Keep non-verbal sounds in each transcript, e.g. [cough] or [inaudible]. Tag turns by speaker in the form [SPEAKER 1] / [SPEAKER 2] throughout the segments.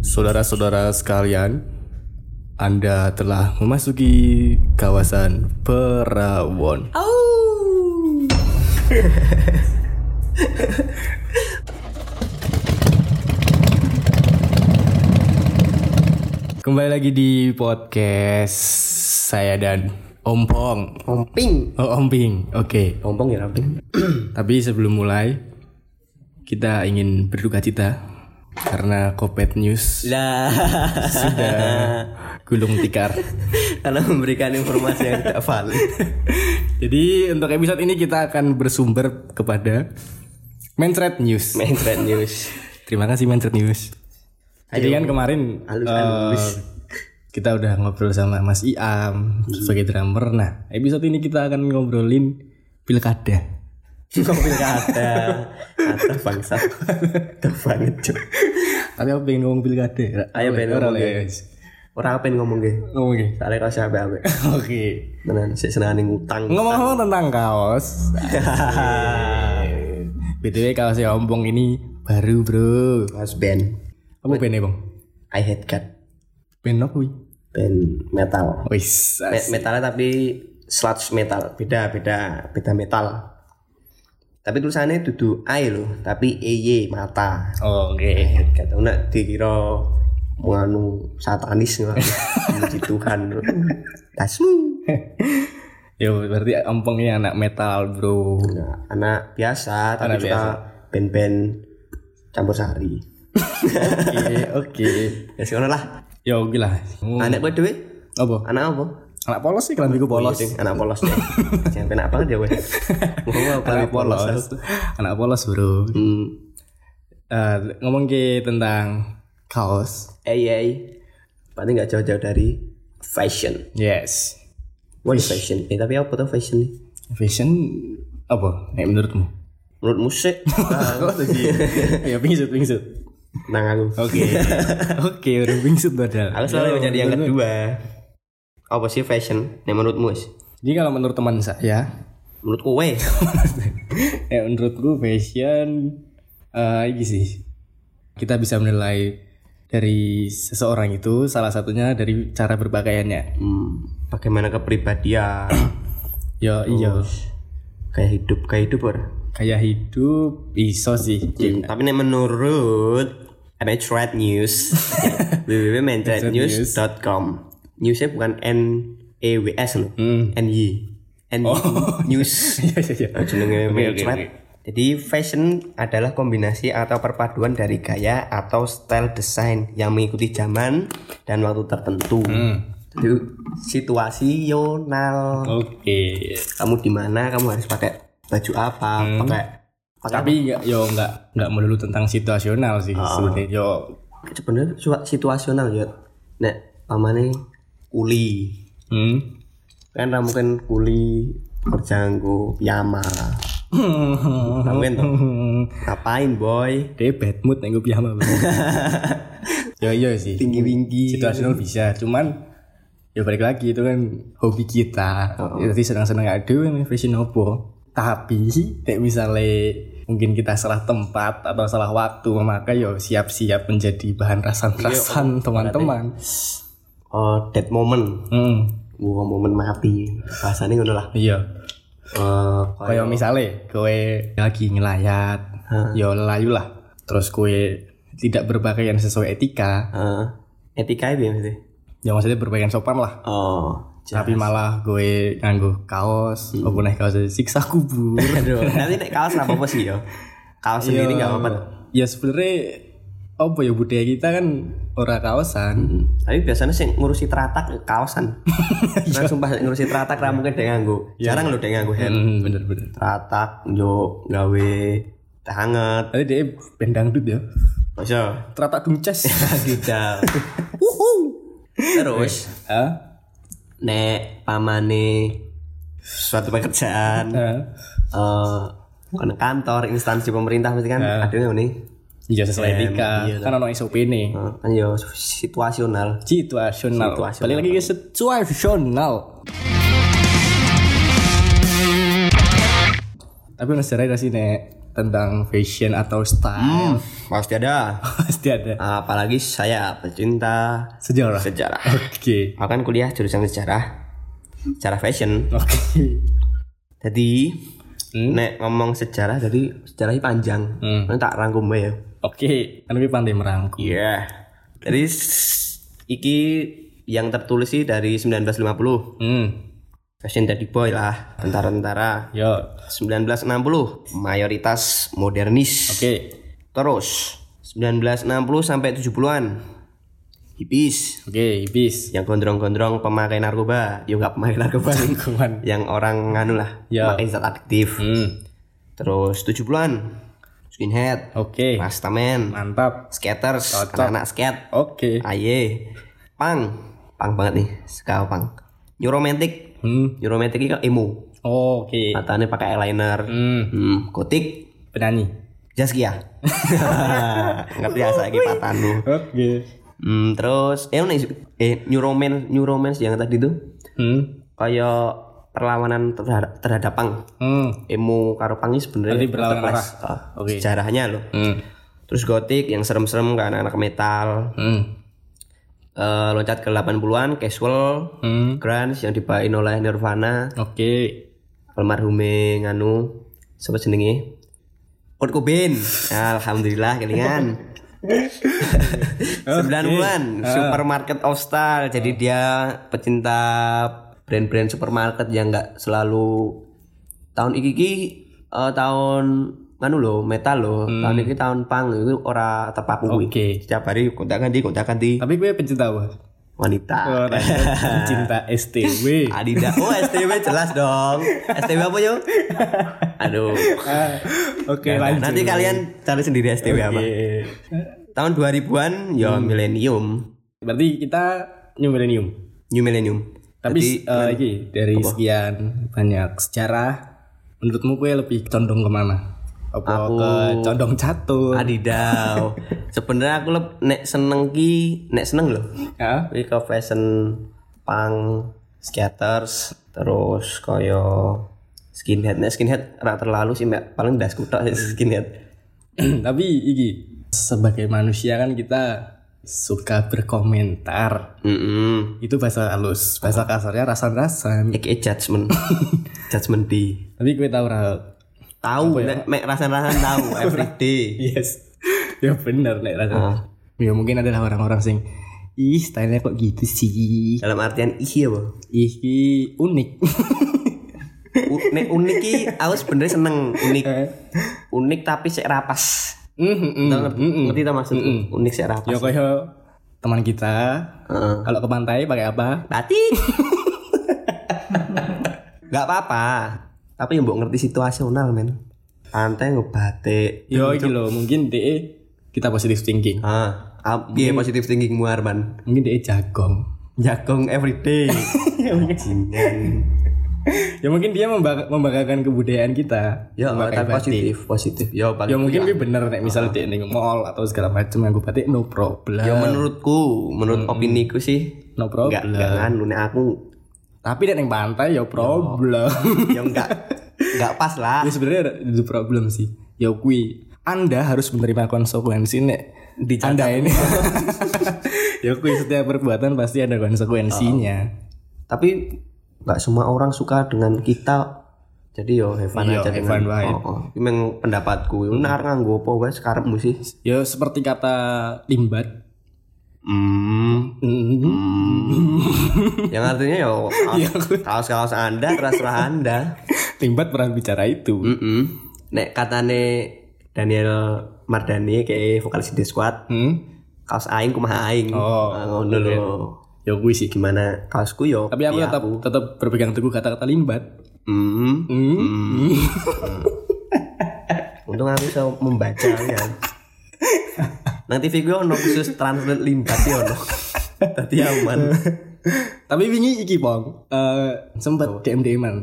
[SPEAKER 1] Saudara-saudara sekalian, Anda telah memasuki kawasan Perawon.
[SPEAKER 2] Au.
[SPEAKER 1] Kembali lagi di podcast saya dan Om Pong.
[SPEAKER 3] Omping.
[SPEAKER 1] Oh, Om Ping. Oke. [clears throat]
[SPEAKER 3] Ompong ya Omping.
[SPEAKER 1] Tapi sebelum mulai, kita ingin berduka cita karena Kopet News
[SPEAKER 3] [laughs]
[SPEAKER 2] Lah,
[SPEAKER 1] sudah gulung tikar.
[SPEAKER 2] karena memberikan informasi yang tidak valid.
[SPEAKER 1] Jadi untuk episode ini kita akan bersumber kepada Mensred News.
[SPEAKER 2] Main trend news.
[SPEAKER 1] Terima kasih Mensred News. Jadi kan kemarin
[SPEAKER 3] Halus,
[SPEAKER 1] eh, kita udah ngobrol sama Mas Iam sebagai drummer. Nah, episode ini kita akan ngobrolin pilkada.
[SPEAKER 2] Kopi kata, kata bangsa. Tuh banget cuy.
[SPEAKER 1] Tapi aku pengen ngomong pilkada.
[SPEAKER 2] Ayo, pengen
[SPEAKER 1] Ora,
[SPEAKER 2] ngomong,
[SPEAKER 1] ora,
[SPEAKER 2] ya.
[SPEAKER 1] guys.
[SPEAKER 2] Orang apa yang ngomong gue?
[SPEAKER 1] Ngomong ya.
[SPEAKER 2] Soalnya kau siapa abe?
[SPEAKER 1] Oke.
[SPEAKER 2] Tenan, sih senang ngutang.
[SPEAKER 1] Ngomong-ngomong tentang kaos. BTW kaos yang ompong ini baru, Bro.
[SPEAKER 3] Mas Ben.
[SPEAKER 1] Apa band ya, Bang?
[SPEAKER 3] I hate cat.
[SPEAKER 1] Band apa kuwi?
[SPEAKER 3] Ben metal.
[SPEAKER 1] Wis.
[SPEAKER 2] Me- metalnya tapi sludge metal.
[SPEAKER 3] Beda beda beda metal. Tapi tulisannya dudu I loh, tapi EY mata.
[SPEAKER 1] Oke.
[SPEAKER 3] Kata nak dikira menganu satanis nggak? Puji Tuhan. Tasmu.
[SPEAKER 1] Ya berarti ompong ini anak metal, Bro.
[SPEAKER 3] Nah, anak biasa tapi
[SPEAKER 1] Anak
[SPEAKER 3] suka ben-ben campur sari.
[SPEAKER 1] Oke, oke.
[SPEAKER 3] Ya sih lah.
[SPEAKER 1] Ya oke lah. Anak
[SPEAKER 3] Anak gue dewe?
[SPEAKER 1] apa?
[SPEAKER 3] Anak apa?
[SPEAKER 1] Anak polos Iya sih kelambiku polos.
[SPEAKER 3] Sing anak polos. Jangan penak banget ya weh. Ngomong apa
[SPEAKER 1] Anak
[SPEAKER 3] nih, polos.
[SPEAKER 1] polos. Anak polos, Bro.
[SPEAKER 3] Hmm.
[SPEAKER 1] Eh, ngomong ke tentang kaos.
[SPEAKER 3] Ei ei. Paling nggak iya. jauh-jauh dari fashion.
[SPEAKER 1] Yes.
[SPEAKER 3] What is fashion? Eh tapi apa tuh fashion nih?
[SPEAKER 1] Fashion apa? Nek menurutmu?
[SPEAKER 3] Menurut
[SPEAKER 1] [laughs]
[SPEAKER 3] musik,
[SPEAKER 1] ya pingsut, pingsut.
[SPEAKER 3] nang aku.
[SPEAKER 1] Oke. Oke, udah Ya, pingsut badal.
[SPEAKER 3] Aku selalu menjadi yang kedua. Apa sih fashion? Nih menurutmu sih?
[SPEAKER 1] Jadi kalau menurut teman saya,
[SPEAKER 3] Menurut kowe?
[SPEAKER 1] ya menurutku fashion eh ini sih kita bisa menilai dari seseorang itu salah satunya dari cara berpakaiannya
[SPEAKER 3] Hmm, bagaimana [coughs] kepribadian?
[SPEAKER 1] ya iya
[SPEAKER 3] kayak hidup, kayak hidup ora?
[SPEAKER 1] kayak hidup iso [laughs] sih
[SPEAKER 3] Hmm, tapi nih menurut Metrad [laughs] News www.metradnews.com Newsnya bukan N E W S loh N Y N Y [laughs] News
[SPEAKER 1] iya iya iya
[SPEAKER 3] jenenge
[SPEAKER 1] Oke, oke,
[SPEAKER 3] Metrad.
[SPEAKER 1] oke.
[SPEAKER 3] Jadi fashion adalah kombinasi atau perpaduan dari gaya atau style desain yang mengikuti zaman dan waktu tertentu. Jadi situasional.
[SPEAKER 1] oke
[SPEAKER 3] Kamu di mana? Kamu harus pakai baju apa? Pakai pakai
[SPEAKER 1] tapi ya yo nggak nggak melulu tentang situasional sih sebenarnya yo
[SPEAKER 3] sebenarnya situa- situasional ya nek pamane kuli
[SPEAKER 1] hmm.
[SPEAKER 3] kan ra mungkin kuli kerja nggo piyama Ra mungkin tuh. ngapain boy
[SPEAKER 1] hmm. Dia bad mood nengok piyama [laughs] bro. yo iya sih
[SPEAKER 3] tinggi tinggi
[SPEAKER 1] situasional bisa cuman ya balik lagi itu kan hobi kita Ya, jadi senang-senang aduh ini fashion opo tapi kayak misalnya mungkin kita salah tempat atau salah waktu maka yo siap-siap menjadi bahan rasan-rasan teman-teman
[SPEAKER 3] oh dead moment
[SPEAKER 1] hmm,
[SPEAKER 3] Wah, momen mati bahasanya ngono lah
[SPEAKER 1] iya
[SPEAKER 3] Eh,
[SPEAKER 1] kayak misalnya kowe lagi ngelayat yo layu lah terus kowe tidak berpakaian sesuai etika
[SPEAKER 3] eh, etika ya maksudnya
[SPEAKER 1] ya maksudnya berpakaian sopan lah
[SPEAKER 3] oh j-
[SPEAKER 1] tapi malah gue nganggo kaos hmm. opo nih kaos siksa [laughs] kubur
[SPEAKER 3] aduh [laughs] nanti nek kaos nggak apa-apa sih yo kaos
[SPEAKER 1] Iya.
[SPEAKER 3] sendiri nggak apa-apa
[SPEAKER 1] ya sebenarnya apa ya budaya kita kan ora kaosan
[SPEAKER 3] Hmm. tapi biasanya sih ngurusi teratak kaosan nah, sumpah sing ngurusi teratak ra mungkin dia nganggo jarang lo dia nganggo helm
[SPEAKER 1] hmm, bener bener
[SPEAKER 3] ratak yo gawe teh hangat
[SPEAKER 1] tapi dia band dangdut ya
[SPEAKER 3] masa
[SPEAKER 1] terata [laughs] dumces
[SPEAKER 3] tidak [laughs] terus
[SPEAKER 1] Hah?
[SPEAKER 3] nek pamane suatu pekerjaan
[SPEAKER 1] Hah?
[SPEAKER 3] eh kono kantor instansi pemerintah mesti kan ada yang nih
[SPEAKER 1] iya sesuai etika
[SPEAKER 3] iya
[SPEAKER 1] kan ono SOP nih
[SPEAKER 3] Eh, kan yo situasional
[SPEAKER 1] situasional
[SPEAKER 3] Situasional.
[SPEAKER 1] balik lagi ke situasional
[SPEAKER 3] Hmm.
[SPEAKER 1] tapi ono sejarah nggak sih nek tentang fashion atau style
[SPEAKER 3] pasti ada.
[SPEAKER 1] [laughs] pasti ada
[SPEAKER 3] Eh, Apalagi saya pecinta
[SPEAKER 1] sejarah oke
[SPEAKER 3] sejarah. Aku kan kuliah jurusan sejarah, sejarah fashion.
[SPEAKER 1] oke
[SPEAKER 3] Jadi nek ngomong sejarah, jadi sejarahnya panjang.
[SPEAKER 1] Hmm.
[SPEAKER 3] Ini tak rangkum bae ya.
[SPEAKER 1] oke kan lebih pandai merangkum
[SPEAKER 3] Iya. Jadi s- iki yang tertulis sih dari 1950.
[SPEAKER 1] hmm
[SPEAKER 3] Fashion Daddy Boy lah, tentara-tentara.
[SPEAKER 1] yo
[SPEAKER 3] 1960 mayoritas modernis.
[SPEAKER 1] oke
[SPEAKER 3] Terus 1960 sampai 70-an hippies
[SPEAKER 1] oke bis
[SPEAKER 3] yang gondrong-gondrong pemakai narkoba, ya nggak pemakai narkoba
[SPEAKER 1] [laughs]
[SPEAKER 3] sih.
[SPEAKER 1] lingkungan
[SPEAKER 3] yang orang nganu lah,
[SPEAKER 1] Ya.
[SPEAKER 3] pakai zat aktif.
[SPEAKER 1] hmm
[SPEAKER 3] Terus 70-an skinhead,
[SPEAKER 1] oke
[SPEAKER 3] rastaman,
[SPEAKER 1] mantap
[SPEAKER 3] skaters,
[SPEAKER 1] Cocok.
[SPEAKER 3] anak-anak skate,
[SPEAKER 1] oke
[SPEAKER 3] aye, pang, pang banget nih, sekau pang. New romantic,
[SPEAKER 1] hmm
[SPEAKER 3] new romantic ini kan emo,
[SPEAKER 1] oke
[SPEAKER 3] matanya pakai eyeliner,
[SPEAKER 1] Iya. hmm
[SPEAKER 3] hmm, gotik,
[SPEAKER 1] penyanyi
[SPEAKER 3] [laughs] Jaskia. Ngerti ya saya patanmu.
[SPEAKER 1] oke
[SPEAKER 3] Hmm, terus eh ini eh new romance, new romance yang tadi tuh
[SPEAKER 1] hmm
[SPEAKER 3] kayak perlawanan terhadap, terhadap pang.
[SPEAKER 1] hmm
[SPEAKER 3] Emo karo pangis sebenarnya
[SPEAKER 1] Berarti berlawan
[SPEAKER 3] masterclass. Ah,
[SPEAKER 1] Oke.
[SPEAKER 3] Sejarahnya loh.
[SPEAKER 1] hmm
[SPEAKER 3] Terus gotik yang serem-serem kan anak metal.
[SPEAKER 1] hmm
[SPEAKER 3] Eh, loncat ke 80-an casual
[SPEAKER 1] hmm
[SPEAKER 3] grunge yang dibawain oleh Nirvana,
[SPEAKER 1] oke
[SPEAKER 3] almarhume nganu sapa jenenge? Kurt Cobain. Alhamdulillah kelingan. Sembilan bulan supermarket of style. Jadi dia pecinta brand-brand supermarket yang nggak selalu tahun iki iki eh, tahun nganu loh metal loh tahun iki tahun pang itu ora tepaku kuwi.
[SPEAKER 1] Oke.
[SPEAKER 3] setiap hari kontak ganti kontak ganti
[SPEAKER 1] tapi gue pencinta apa?
[SPEAKER 3] wanita
[SPEAKER 1] Orang pencinta STW
[SPEAKER 3] Adidas oh STW jelas dong STW apa yo aduh
[SPEAKER 1] Ah, oke
[SPEAKER 3] Nah,
[SPEAKER 1] lanjut
[SPEAKER 3] nanti kalian cari sendiri STW apa
[SPEAKER 1] Oke. Hmm.
[SPEAKER 3] tahun 2000-an ya milenium
[SPEAKER 1] berarti kita new millennium
[SPEAKER 3] new millennium
[SPEAKER 1] tapi eh, iki, dari sekian banyak sejarah menurutmu gue lebih condong kemana apa ke condong catur [laughs]
[SPEAKER 3] eh, Adidas. Sebenarnya aku leb- nek seneng ki, nek seneng loh.
[SPEAKER 1] ya
[SPEAKER 3] Kuwi ke fashion punk, skaters, terus koyo skinhead. Nek skinhead ora terlalu sih, Mbak. Paling das kutok
[SPEAKER 1] Hmm.
[SPEAKER 3] sih skinhead.
[SPEAKER 1] Ya. [clears throat] tapi iki sebagai manusia kan kita suka berkomentar
[SPEAKER 3] Heeh.
[SPEAKER 1] itu bahasa halus bahasa kasarnya rasan-rasan
[SPEAKER 3] Iki
[SPEAKER 1] [laughs]
[SPEAKER 3] judgement. judgement di.
[SPEAKER 1] tapi gue tahu Rahel
[SPEAKER 3] Tahu nek mek rasan-rasan tahu everyday.
[SPEAKER 1] [laughs] Iya. yes ya bener nek rasan ya mungkin adalah orang-orang sing ih stylenya kok gitu sih
[SPEAKER 3] Dalam artian iya, Bang.
[SPEAKER 1] ih ki unik
[SPEAKER 3] U- nek unik ki aku sebenarnya seneng unik.
[SPEAKER 1] Eh.
[SPEAKER 3] Unik tapi sik rapas.
[SPEAKER 1] Mm, mm,
[SPEAKER 3] Tau Eh. ngerti-
[SPEAKER 1] mm, mm.
[SPEAKER 3] Ngerti tak maksudku? Unik sik rapas.
[SPEAKER 1] ya kaya teman kita
[SPEAKER 3] Heeh.
[SPEAKER 1] kalau ke pantai pakai apa
[SPEAKER 3] [laughs] Batik. Gak apa-apa. Tapi yang mbok ngerti situasional men. Pantai nggo batik.
[SPEAKER 1] yo iki lho mungkin de kita positive thinking
[SPEAKER 3] Ah, ap- iya positif thinking mu Arman.
[SPEAKER 1] mungkin de jagong
[SPEAKER 3] Jagong [laughs] everyday. Bajingan.
[SPEAKER 1] ya mungkin dia membang- membanggakan kebudayaan kita
[SPEAKER 3] ya,
[SPEAKER 1] memakai
[SPEAKER 3] tapi
[SPEAKER 1] batik.
[SPEAKER 3] positif, positif. Ya,
[SPEAKER 1] ya
[SPEAKER 3] paling
[SPEAKER 1] mungkin dia bener nek misalnya dia ning mall atau segala macam yang gue batik no problem
[SPEAKER 3] ya menurutku, menurut opini ku sih
[SPEAKER 1] no
[SPEAKER 3] enggak
[SPEAKER 1] problem
[SPEAKER 3] enggak nganu nek aku
[SPEAKER 1] tapi nek ning pantai ya problem [laughs]
[SPEAKER 3] ya enggak enggak pas lah.
[SPEAKER 1] ya sebenarnya ada- itu problem sih ya kui anda harus menerima konsekuensi nek di anda ini [laughs] ya kui setiap perbuatan pasti ada konsekuensinya
[SPEAKER 3] tapi nggak semua orang suka dengan kita jadi yo Evan
[SPEAKER 1] Iya,
[SPEAKER 3] aja
[SPEAKER 1] have
[SPEAKER 3] dengan
[SPEAKER 1] fun Hmm. wae.
[SPEAKER 3] oh, oh. Ini memang pendapatku ini nar nganggo apa wae sekarepmu sih
[SPEAKER 1] ya seperti kata limbat
[SPEAKER 3] hmm.
[SPEAKER 1] Hmm.
[SPEAKER 3] yang artinya
[SPEAKER 1] [laughs]
[SPEAKER 3] yo
[SPEAKER 1] Iya,
[SPEAKER 3] kaos kaos anda terserah anda
[SPEAKER 1] limbat pernah bicara itu
[SPEAKER 3] Mm-mm. nek katane Daniel Mardani kayak vokalis The Squad
[SPEAKER 1] hmm?
[SPEAKER 3] kaos aing kumaha aing
[SPEAKER 1] Oh,
[SPEAKER 3] Ah, ngono lho
[SPEAKER 1] ya kui sih
[SPEAKER 3] gimana kaosku yo Iya.
[SPEAKER 1] tapi Iya, aku tetap tetap berpegang teguh kata-kata limbat
[SPEAKER 3] Hmm.
[SPEAKER 1] hmm?
[SPEAKER 3] [laughs] Untung aku bisa membaca ya. Nang TV gue ono khusus translate limbat ya ono. Tadi aman.
[SPEAKER 1] tapi wingi iki pong eh sempat dm dman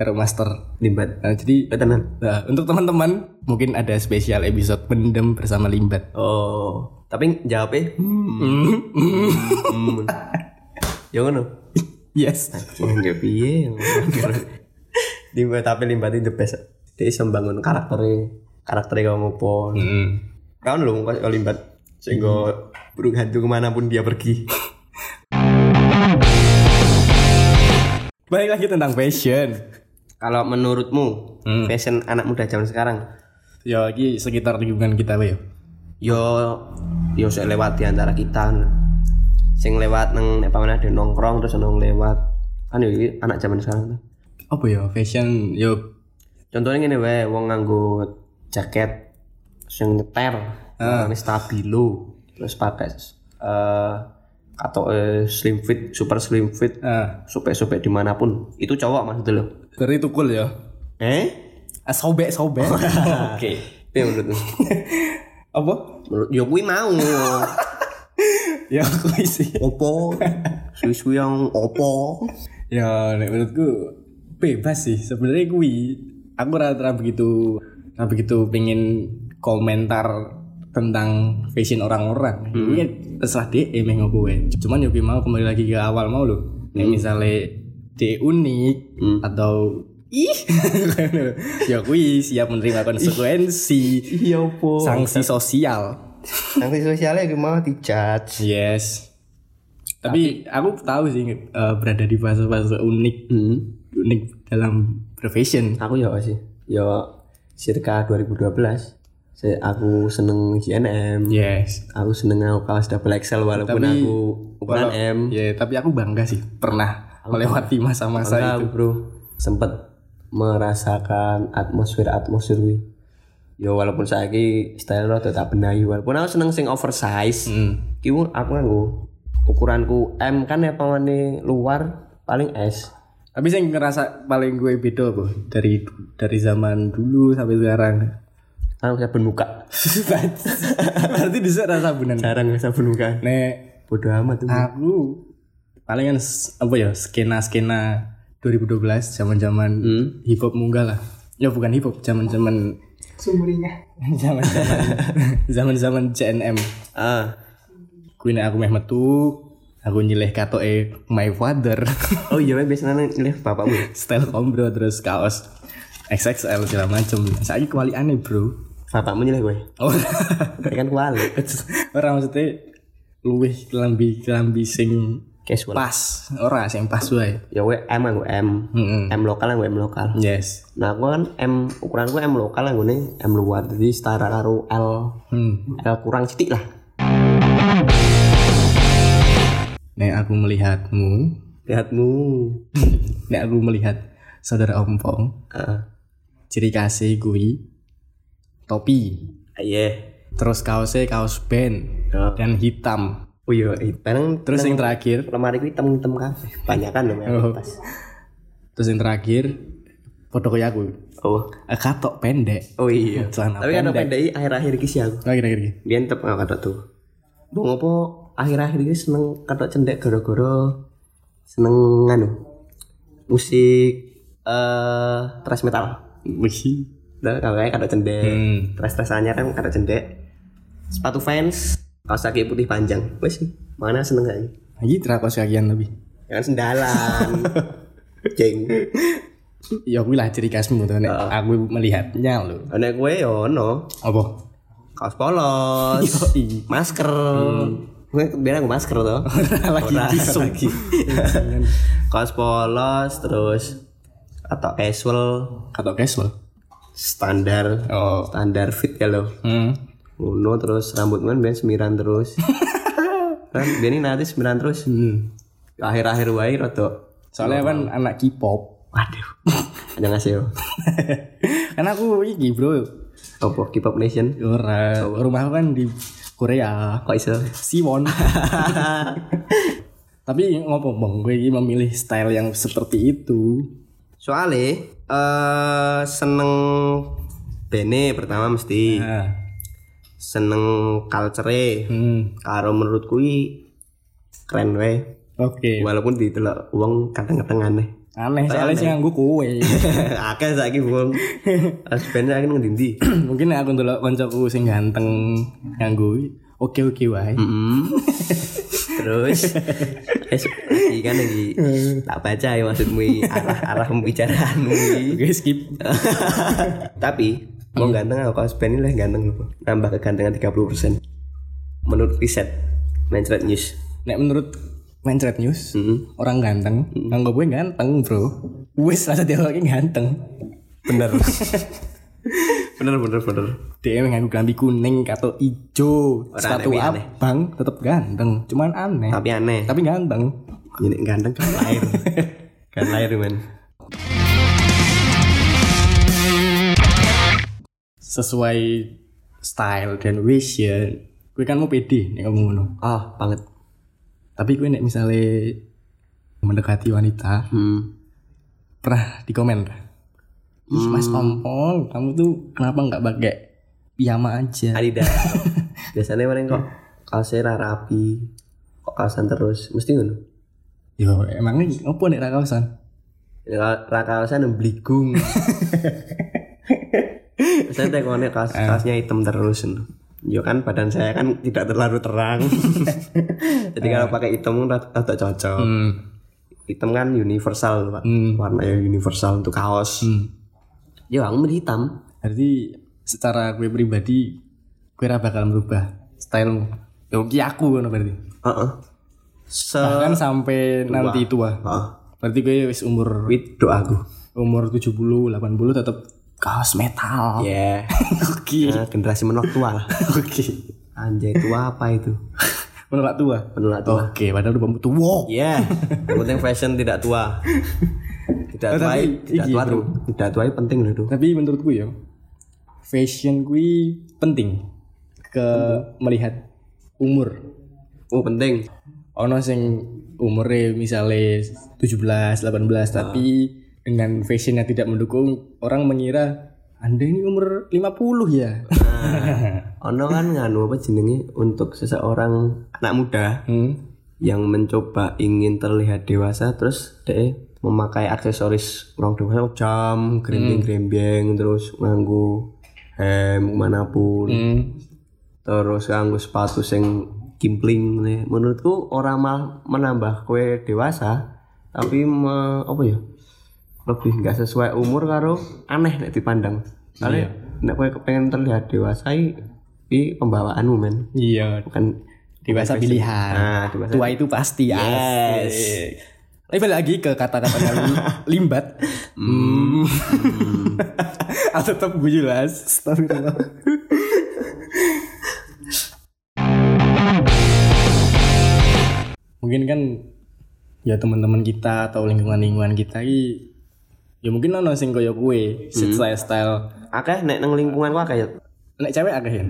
[SPEAKER 1] karo master
[SPEAKER 3] Limbat.
[SPEAKER 1] Nah, jadi
[SPEAKER 3] Eh tenan.
[SPEAKER 1] nah, untuk teman-teman mungkin ada spesial episode mendem bersama limbat
[SPEAKER 3] Oh, tapi jawabnya hmm. hmm. Ya ngono.
[SPEAKER 1] Yes.
[SPEAKER 3] Ya piye. Hmm. Limbat tapi limbat itu the best. Dia bisa membangun karakternya. Karakternya kamu pun. Kawan lho kok kalimbat. Sehingga burung hantu kemanapun dia pergi.
[SPEAKER 1] Balik lagi tentang fashion.
[SPEAKER 3] Kalau menurutmu
[SPEAKER 1] Hmm.
[SPEAKER 3] fashion anak muda zaman sekarang
[SPEAKER 1] Ya iki sekitar lingkungan kita lah ya.
[SPEAKER 3] yo yo sik lewat di antara kita sing lewat nang apa mana ada nongkrong terus nong lewat kan yo iki anak zaman sekarang tuh.
[SPEAKER 1] Apa ya fashion yo
[SPEAKER 3] contohnya gini wae wong nganggo jaket terus yang nyeter uh. stabilo terus pakai eh atau eh, slim fit super slim fit
[SPEAKER 1] ah
[SPEAKER 3] sobek-sobek dimanapun itu cowok maksud lo
[SPEAKER 1] dari tukul ya.
[SPEAKER 3] eh
[SPEAKER 1] Ah, sobek [laughs] sobek.
[SPEAKER 3] oke itu yang menurut
[SPEAKER 1] Apa?
[SPEAKER 3] menurut yo kui mau
[SPEAKER 1] Ya aku isi.
[SPEAKER 3] opo susu yang opo
[SPEAKER 1] Ya, nek menurutku bebas sih. Sebenarnya kui aku rata begitu rata begitu pengen komentar tentang fashion orang-orang. Ini ya terserah dia eh meh ngopo wae. Cuman yo kui mau kembali lagi ke awal mau lho. Nek misalnya dia unik atau ih [laughs] ya kui siap menerima konsekuensi
[SPEAKER 3] iya opo
[SPEAKER 1] sanksi sosial.
[SPEAKER 3] Sanksi sosialnya gimana dijudge
[SPEAKER 1] Yes. Tapi, aku tahu sih eh, berada di fase-fase unik,
[SPEAKER 3] Hmm?
[SPEAKER 1] unik dalam profession.
[SPEAKER 3] Aku ya sih Ya circa 2012 saya, Aku seneng GNM
[SPEAKER 1] Yes.
[SPEAKER 3] Aku seneng aku kaos double XL Walaupun
[SPEAKER 1] Tapi,
[SPEAKER 3] aku ukuran
[SPEAKER 1] Walau-
[SPEAKER 3] M
[SPEAKER 1] Ya, tapi aku bangga sih pernah melewati masa-masa
[SPEAKER 3] Karena aku
[SPEAKER 1] Iya, itu.
[SPEAKER 3] bro Sempet merasakan atmosfer-atmosfer wi. Ya walaupun saya ini style lo tetap benahi Walaupun aku seneng sing oversize
[SPEAKER 1] Hmm.
[SPEAKER 3] Kiwu aku nganggo Ukuranku M kan ya pamannya luar paling S
[SPEAKER 1] Tapi saya ngerasa paling gue beda bu dari dari zaman dulu sampai sekarang.
[SPEAKER 3] Aku sabun muka
[SPEAKER 1] Berarti di sana sabunan.
[SPEAKER 3] Jarang sabun muka
[SPEAKER 1] Nek
[SPEAKER 3] Bodoh amat tuh
[SPEAKER 1] aku palingan s- apa ya skena skena 2012 zaman zaman hip hop munggah lah. Ya bukan hip hop, zaman zaman [laughs]
[SPEAKER 4] sumbernya
[SPEAKER 1] zaman zaman zaman zaman CNM
[SPEAKER 3] Ah,
[SPEAKER 1] kui nek aku meh metu aku nyileh katoke my father [laughs]
[SPEAKER 3] Oh iya, biasanya nang lift bapakmu.
[SPEAKER 1] style kombro terus kaos XXL segala macem saiki kuali aneh bro
[SPEAKER 3] Bapakmu nyilih gue.
[SPEAKER 1] oh, [laughs]
[SPEAKER 3] Tapi kan kuali.
[SPEAKER 1] orang maksudnya luwih kelambi kelambi sing
[SPEAKER 3] Casual.
[SPEAKER 1] pas ora sing pas wae
[SPEAKER 3] Ya gue M aku M.
[SPEAKER 1] Mm-mm.
[SPEAKER 3] M lokal yang gue M lokal.
[SPEAKER 1] yes
[SPEAKER 3] Nah, aku kan M ukuran gue M lokal yang gue M luar. Jadi setara karo L.
[SPEAKER 1] hmm.
[SPEAKER 3] L kurang sitik lah.
[SPEAKER 1] nek aku melihatmu [laughs]
[SPEAKER 3] Lihatmu.
[SPEAKER 1] nek aku melihat saudara ompong
[SPEAKER 3] Heeh.
[SPEAKER 1] ciri kasih kui topi
[SPEAKER 3] Iya.
[SPEAKER 1] terus kaosnya kaos band
[SPEAKER 3] Oh.
[SPEAKER 1] dan hitam
[SPEAKER 3] Oh iya, itu. Barang
[SPEAKER 1] terus yang terakhir
[SPEAKER 3] lemari gue hitam-hitam kafe. Banyak kan namanya
[SPEAKER 1] Oh.
[SPEAKER 3] pas.
[SPEAKER 1] terus yang terakhir foto kayak aku
[SPEAKER 3] Oh.
[SPEAKER 1] eh, katok pendek Nah,
[SPEAKER 3] Oh iya.
[SPEAKER 1] Celana
[SPEAKER 3] Tapi kan
[SPEAKER 1] pendek.
[SPEAKER 3] pendek akhir-akhir iki sih aku.
[SPEAKER 1] lagi lagi lagi
[SPEAKER 3] Biyen tep nggak kata tuh. Bung apa akhir-akhir ini seneng kata cendek gara-gara seneng nganu musik eh thrash metal.
[SPEAKER 1] wih
[SPEAKER 3] Nah, kalau kayak kata cendek,
[SPEAKER 1] Hmm.
[SPEAKER 3] thrash thrashannya kan kata cendek. Sepatu fans, kaos kaki putih panjang. Wes mana seneng lagi?
[SPEAKER 1] lagi terakos kakian lebih
[SPEAKER 3] Jangan kan [laughs] sendalan. Jeng.
[SPEAKER 1] ya aku lah ciri khasmu tuh nek aku melihatnya lo
[SPEAKER 3] Ana gue yo ono
[SPEAKER 1] apa [laughs]
[SPEAKER 3] kaos [laughs] polos, masker. Gue biar aku masker tuh.
[SPEAKER 1] lagi
[SPEAKER 3] Ora
[SPEAKER 1] lagi
[SPEAKER 3] asem.
[SPEAKER 1] lagi
[SPEAKER 3] kaos polos terus atau casual
[SPEAKER 1] katok casual
[SPEAKER 3] standar
[SPEAKER 1] oh
[SPEAKER 3] standar fit ya lo
[SPEAKER 1] hmm.
[SPEAKER 3] ngono terus rambut kan ben semiran terus kan ben ini nanti semiran terus akhir-akhir wae rada
[SPEAKER 1] Hmm. soalnya kan anak K-pop [laughs]
[SPEAKER 3] waduh ada ngasih yo
[SPEAKER 1] karena aku iki bro
[SPEAKER 3] opo K-pop nation
[SPEAKER 1] ora rumahku kan di Korea
[SPEAKER 3] kok iso
[SPEAKER 1] [laughs] Siwon. Tapi ngomong bang, gue ini memilih style yang seperti itu.
[SPEAKER 3] soalnya eh seneng bene pertama mesti
[SPEAKER 1] Nah,
[SPEAKER 3] seneng culture
[SPEAKER 1] hmm,
[SPEAKER 3] karo menurutku i keren wae
[SPEAKER 1] oke.
[SPEAKER 3] walaupun ditelok uang kadang-kadang aneh
[SPEAKER 1] Aneh soalnya sih nganggu kue.
[SPEAKER 3] [laughs] akeh saiki wong sebenarnya aku ngendi
[SPEAKER 1] [clears throat] Mungkin aku ndelok koncoku sing ganteng nganggu. Oke oke wae.
[SPEAKER 3] Hmm. terus eh se- iki kan iki tak baca ya maksudmu iki, arah arah pembicaraanmu iki.
[SPEAKER 1] Oke skip.
[SPEAKER 3] tapi Mau ganteng aku kaos band ini lah ganteng lho. Nambah kegantengan 30% Menurut riset Mencret News
[SPEAKER 1] Nek menurut Mindset News,
[SPEAKER 3] Hmm.
[SPEAKER 1] orang ganteng, anggap gue ganteng, bro. Wis rasa dia lagi ganteng.
[SPEAKER 3] Bener Bener bener bener
[SPEAKER 1] [laughs] Dia mengaku kelambi kuning atau ijo,
[SPEAKER 3] Orang
[SPEAKER 1] sepatu
[SPEAKER 3] aneh, aneh.
[SPEAKER 1] abang, tetap ganteng. Cuman aneh,
[SPEAKER 3] Tapi aneh
[SPEAKER 1] tapi ganteng.
[SPEAKER 3] Ini ganteng kan lahir [laughs] Kan lahir men
[SPEAKER 1] Sesuai style dan vision, gue kan mau pede nek ngomong ngono.
[SPEAKER 3] Ah banget
[SPEAKER 1] Tapi gue nek misalnya mendekati wanita,
[SPEAKER 3] Hmm
[SPEAKER 1] pernah dikomen Ih, Mas Ompol, kamu tuh kenapa nggak pakai piyama aja?
[SPEAKER 3] Adidas Biasanya paling kok Kaosnya ra rapi Kok kaosan terus Mesti ngono
[SPEAKER 1] Yo, emangnya ngopo nek ra kaosan?
[SPEAKER 3] Ra ra kaosan yang beligung Saya tekonnya kaos, kaosnya hitam terus Yo kan badan saya kan tidak terlalu terang Jadi kalau pakai hitam rat- rada cocok
[SPEAKER 1] Hmm.
[SPEAKER 3] Hitam kan universal Pak Warna yang universal untuk kaos Yo aku milih hitam
[SPEAKER 1] Berarti secara gue pribadi gue ra bakal merubah stylemu. Yo ki aku ngono berarti.
[SPEAKER 3] Heeh. Se
[SPEAKER 1] Bahkan sampai nanti tua.
[SPEAKER 3] Heeh.
[SPEAKER 1] Berarti gue wis umur
[SPEAKER 3] With doaku
[SPEAKER 1] umur 70, 80 tetap kaos [laughs] metal.
[SPEAKER 3] Ya
[SPEAKER 1] Oke.
[SPEAKER 3] Nah, generasi menolak tua [laughs] lah
[SPEAKER 1] Oke.
[SPEAKER 3] Anjay tua apa itu
[SPEAKER 1] Menolak tua.
[SPEAKER 3] Menolak tua
[SPEAKER 1] Oke, padahal udah butuh wow.
[SPEAKER 3] Ya, Oh, yang penting fashion tidak tua. Tidak
[SPEAKER 1] Oh,
[SPEAKER 3] tua,
[SPEAKER 1] tapi
[SPEAKER 3] tidak
[SPEAKER 1] iki,
[SPEAKER 3] tua
[SPEAKER 1] bro.
[SPEAKER 3] tuh. iya, Tidak tua itu penting loh tuh.
[SPEAKER 1] Tapi menurutku ya fashion gue penting ke melihat umur.
[SPEAKER 3] Oh, penting.
[SPEAKER 1] ono sing umurnya misalnya 17, 18 tapi dengan fashion yang tidak mendukung orang mengira anda ini umur 50 ya
[SPEAKER 3] Ono kan nganu apa jenenge untuk seseorang anak muda
[SPEAKER 1] [laughs] hmm.
[SPEAKER 3] yang mencoba ingin terlihat dewasa terus deh memakai aksesoris orang dewasa jam, grembeng-grembeng terus nganggu hem manapun.
[SPEAKER 1] Hmm.
[SPEAKER 3] terus nganggo sepatu sing kimpling nih menurutku orang mal menambah kue dewasa tapi me- apa ya lebih nggak sesuai umur karo aneh nek dipandang soalnya nek kue kepengen terlihat dewasa di pembawaanmu men
[SPEAKER 1] iya
[SPEAKER 3] bukan
[SPEAKER 1] dewasa pilihan
[SPEAKER 3] nah dewasa
[SPEAKER 1] tua itu pasti
[SPEAKER 3] Yes.
[SPEAKER 1] asik. tapi balik lagi ke kata-kata dari limbat hmm. [laughs] atau tetap gue jelas Astagfirullah. mungkin kan ya teman-teman kita atau lingkungan-lingkungan kita ini ya mungkin ono sing kaya kue style style
[SPEAKER 3] akeh nek nang lingkungan gua kayak
[SPEAKER 1] nek cewek akeh ya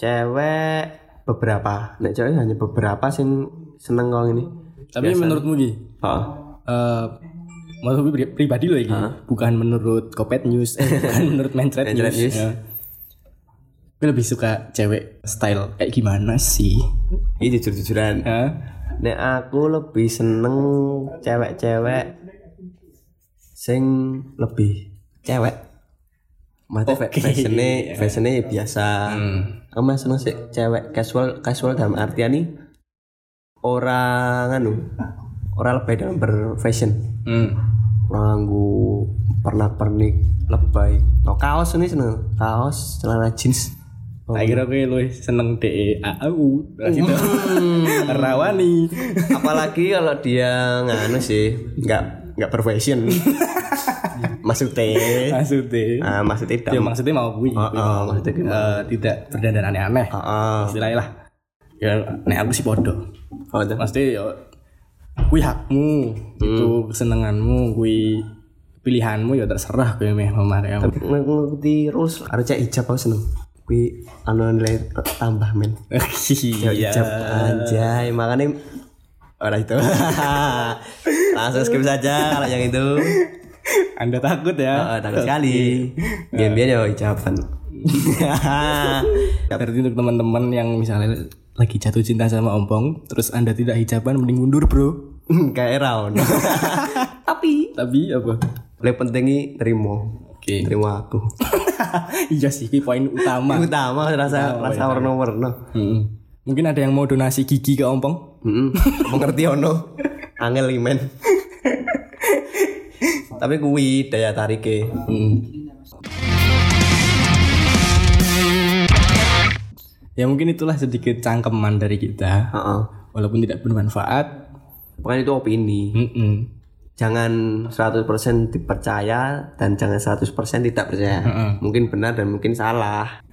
[SPEAKER 3] cewek beberapa nek cewek hanya beberapa sing seneng kalau ini
[SPEAKER 1] tapi menurutmu Gi
[SPEAKER 3] oh.
[SPEAKER 1] eh menurut gue pri- pribadi loh ini bukan menurut Kopet News eh,
[SPEAKER 3] [laughs]
[SPEAKER 1] bukan menurut Mencret News,
[SPEAKER 3] Mencret News.
[SPEAKER 1] ya. gue lebih suka cewek style kayak gimana sih Ya.
[SPEAKER 3] ini jujur-jujuran
[SPEAKER 1] Hah?
[SPEAKER 3] Nek aku lebih seneng cewek-cewek sing lebih cewek. Mate fa- fashionnya fashionnya ya biasa. Aku masih seneng sih cewek casual casual dalam artian nih orang anu orang lebih dalam berfashion.
[SPEAKER 1] Hmm.
[SPEAKER 3] Orang nganggu pernak-pernik lebay. No kaos ini seneng kaos celana jeans. Oh.
[SPEAKER 1] tak kira gue lu seneng DE AAU
[SPEAKER 3] [laughs]
[SPEAKER 1] gitu. [laughs] Rawani
[SPEAKER 3] apalagi kalau dia nganu sih nggak nggak profession maksudnya
[SPEAKER 1] maksudnya
[SPEAKER 3] ah, maksudnya tidak
[SPEAKER 1] ya maksudnya mau gue
[SPEAKER 3] Ah, ah, maksudnya tidak
[SPEAKER 1] eh, tidak berdandan aneh-aneh
[SPEAKER 3] ah, ah.
[SPEAKER 1] istilahnya lah ya nek aku sih bodoh
[SPEAKER 3] Oh, itu.
[SPEAKER 1] pasti ya kui hakmu itu kesenanganmu kui pilihanmu ya terserah kui meh memakai kamu
[SPEAKER 3] Ng- ngikuti rules harus cek hijab aku seneng kui anu nilai tambah men Cek
[SPEAKER 1] iya
[SPEAKER 3] hijab anjay makanya orang itu [laughs] langsung skip saja kalau yang itu
[SPEAKER 1] anda takut
[SPEAKER 3] oh,
[SPEAKER 1] ya
[SPEAKER 3] takut sekali game-game ya hijaban [laughs]
[SPEAKER 1] berarti untuk teman-teman yang misalnya lagi jatuh cinta sama ompong terus anda tidak hijaban mending mundur bro
[SPEAKER 3] kayak round tapi
[SPEAKER 1] tapi apa
[SPEAKER 3] lebih penting ini terima
[SPEAKER 1] oke
[SPEAKER 3] terima aku
[SPEAKER 1] iya sih kui poin utama
[SPEAKER 3] utama rasa rasa warna warna
[SPEAKER 1] Mm-mm. mungkin ada yang mau donasi gigi ke ompong
[SPEAKER 3] mengerti ono angel imen
[SPEAKER 1] Hmm.
[SPEAKER 3] tapi kui daya tarike
[SPEAKER 1] Mm. ya mungkin itulah sedikit cangkeman dari kita
[SPEAKER 3] Heeh.
[SPEAKER 1] walaupun tidak bermanfaat
[SPEAKER 3] Makanya itu opini.
[SPEAKER 1] mm-mm.
[SPEAKER 3] Jangan 100% dipercaya dan jangan 100% tidak percaya. Mungkin benar dan mungkin salah.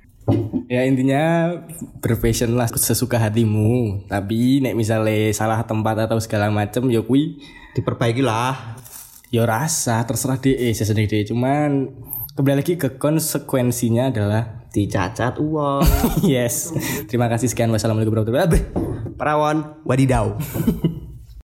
[SPEAKER 1] ya intinya berfashion lah sesuka hatimu tapi nek misalnya salah tempat atau segala macem ya kui
[SPEAKER 3] Diperbaikilah.
[SPEAKER 1] ya rasa terserah deh sesedih deh cuman kembali lagi ke konsekuensinya adalah [laughs]
[SPEAKER 3] Dicacat uang.
[SPEAKER 1] yes terima kasih sekian wassalamualaikum warahmatullahi wabarakatuh
[SPEAKER 3] Perawan wadidaw.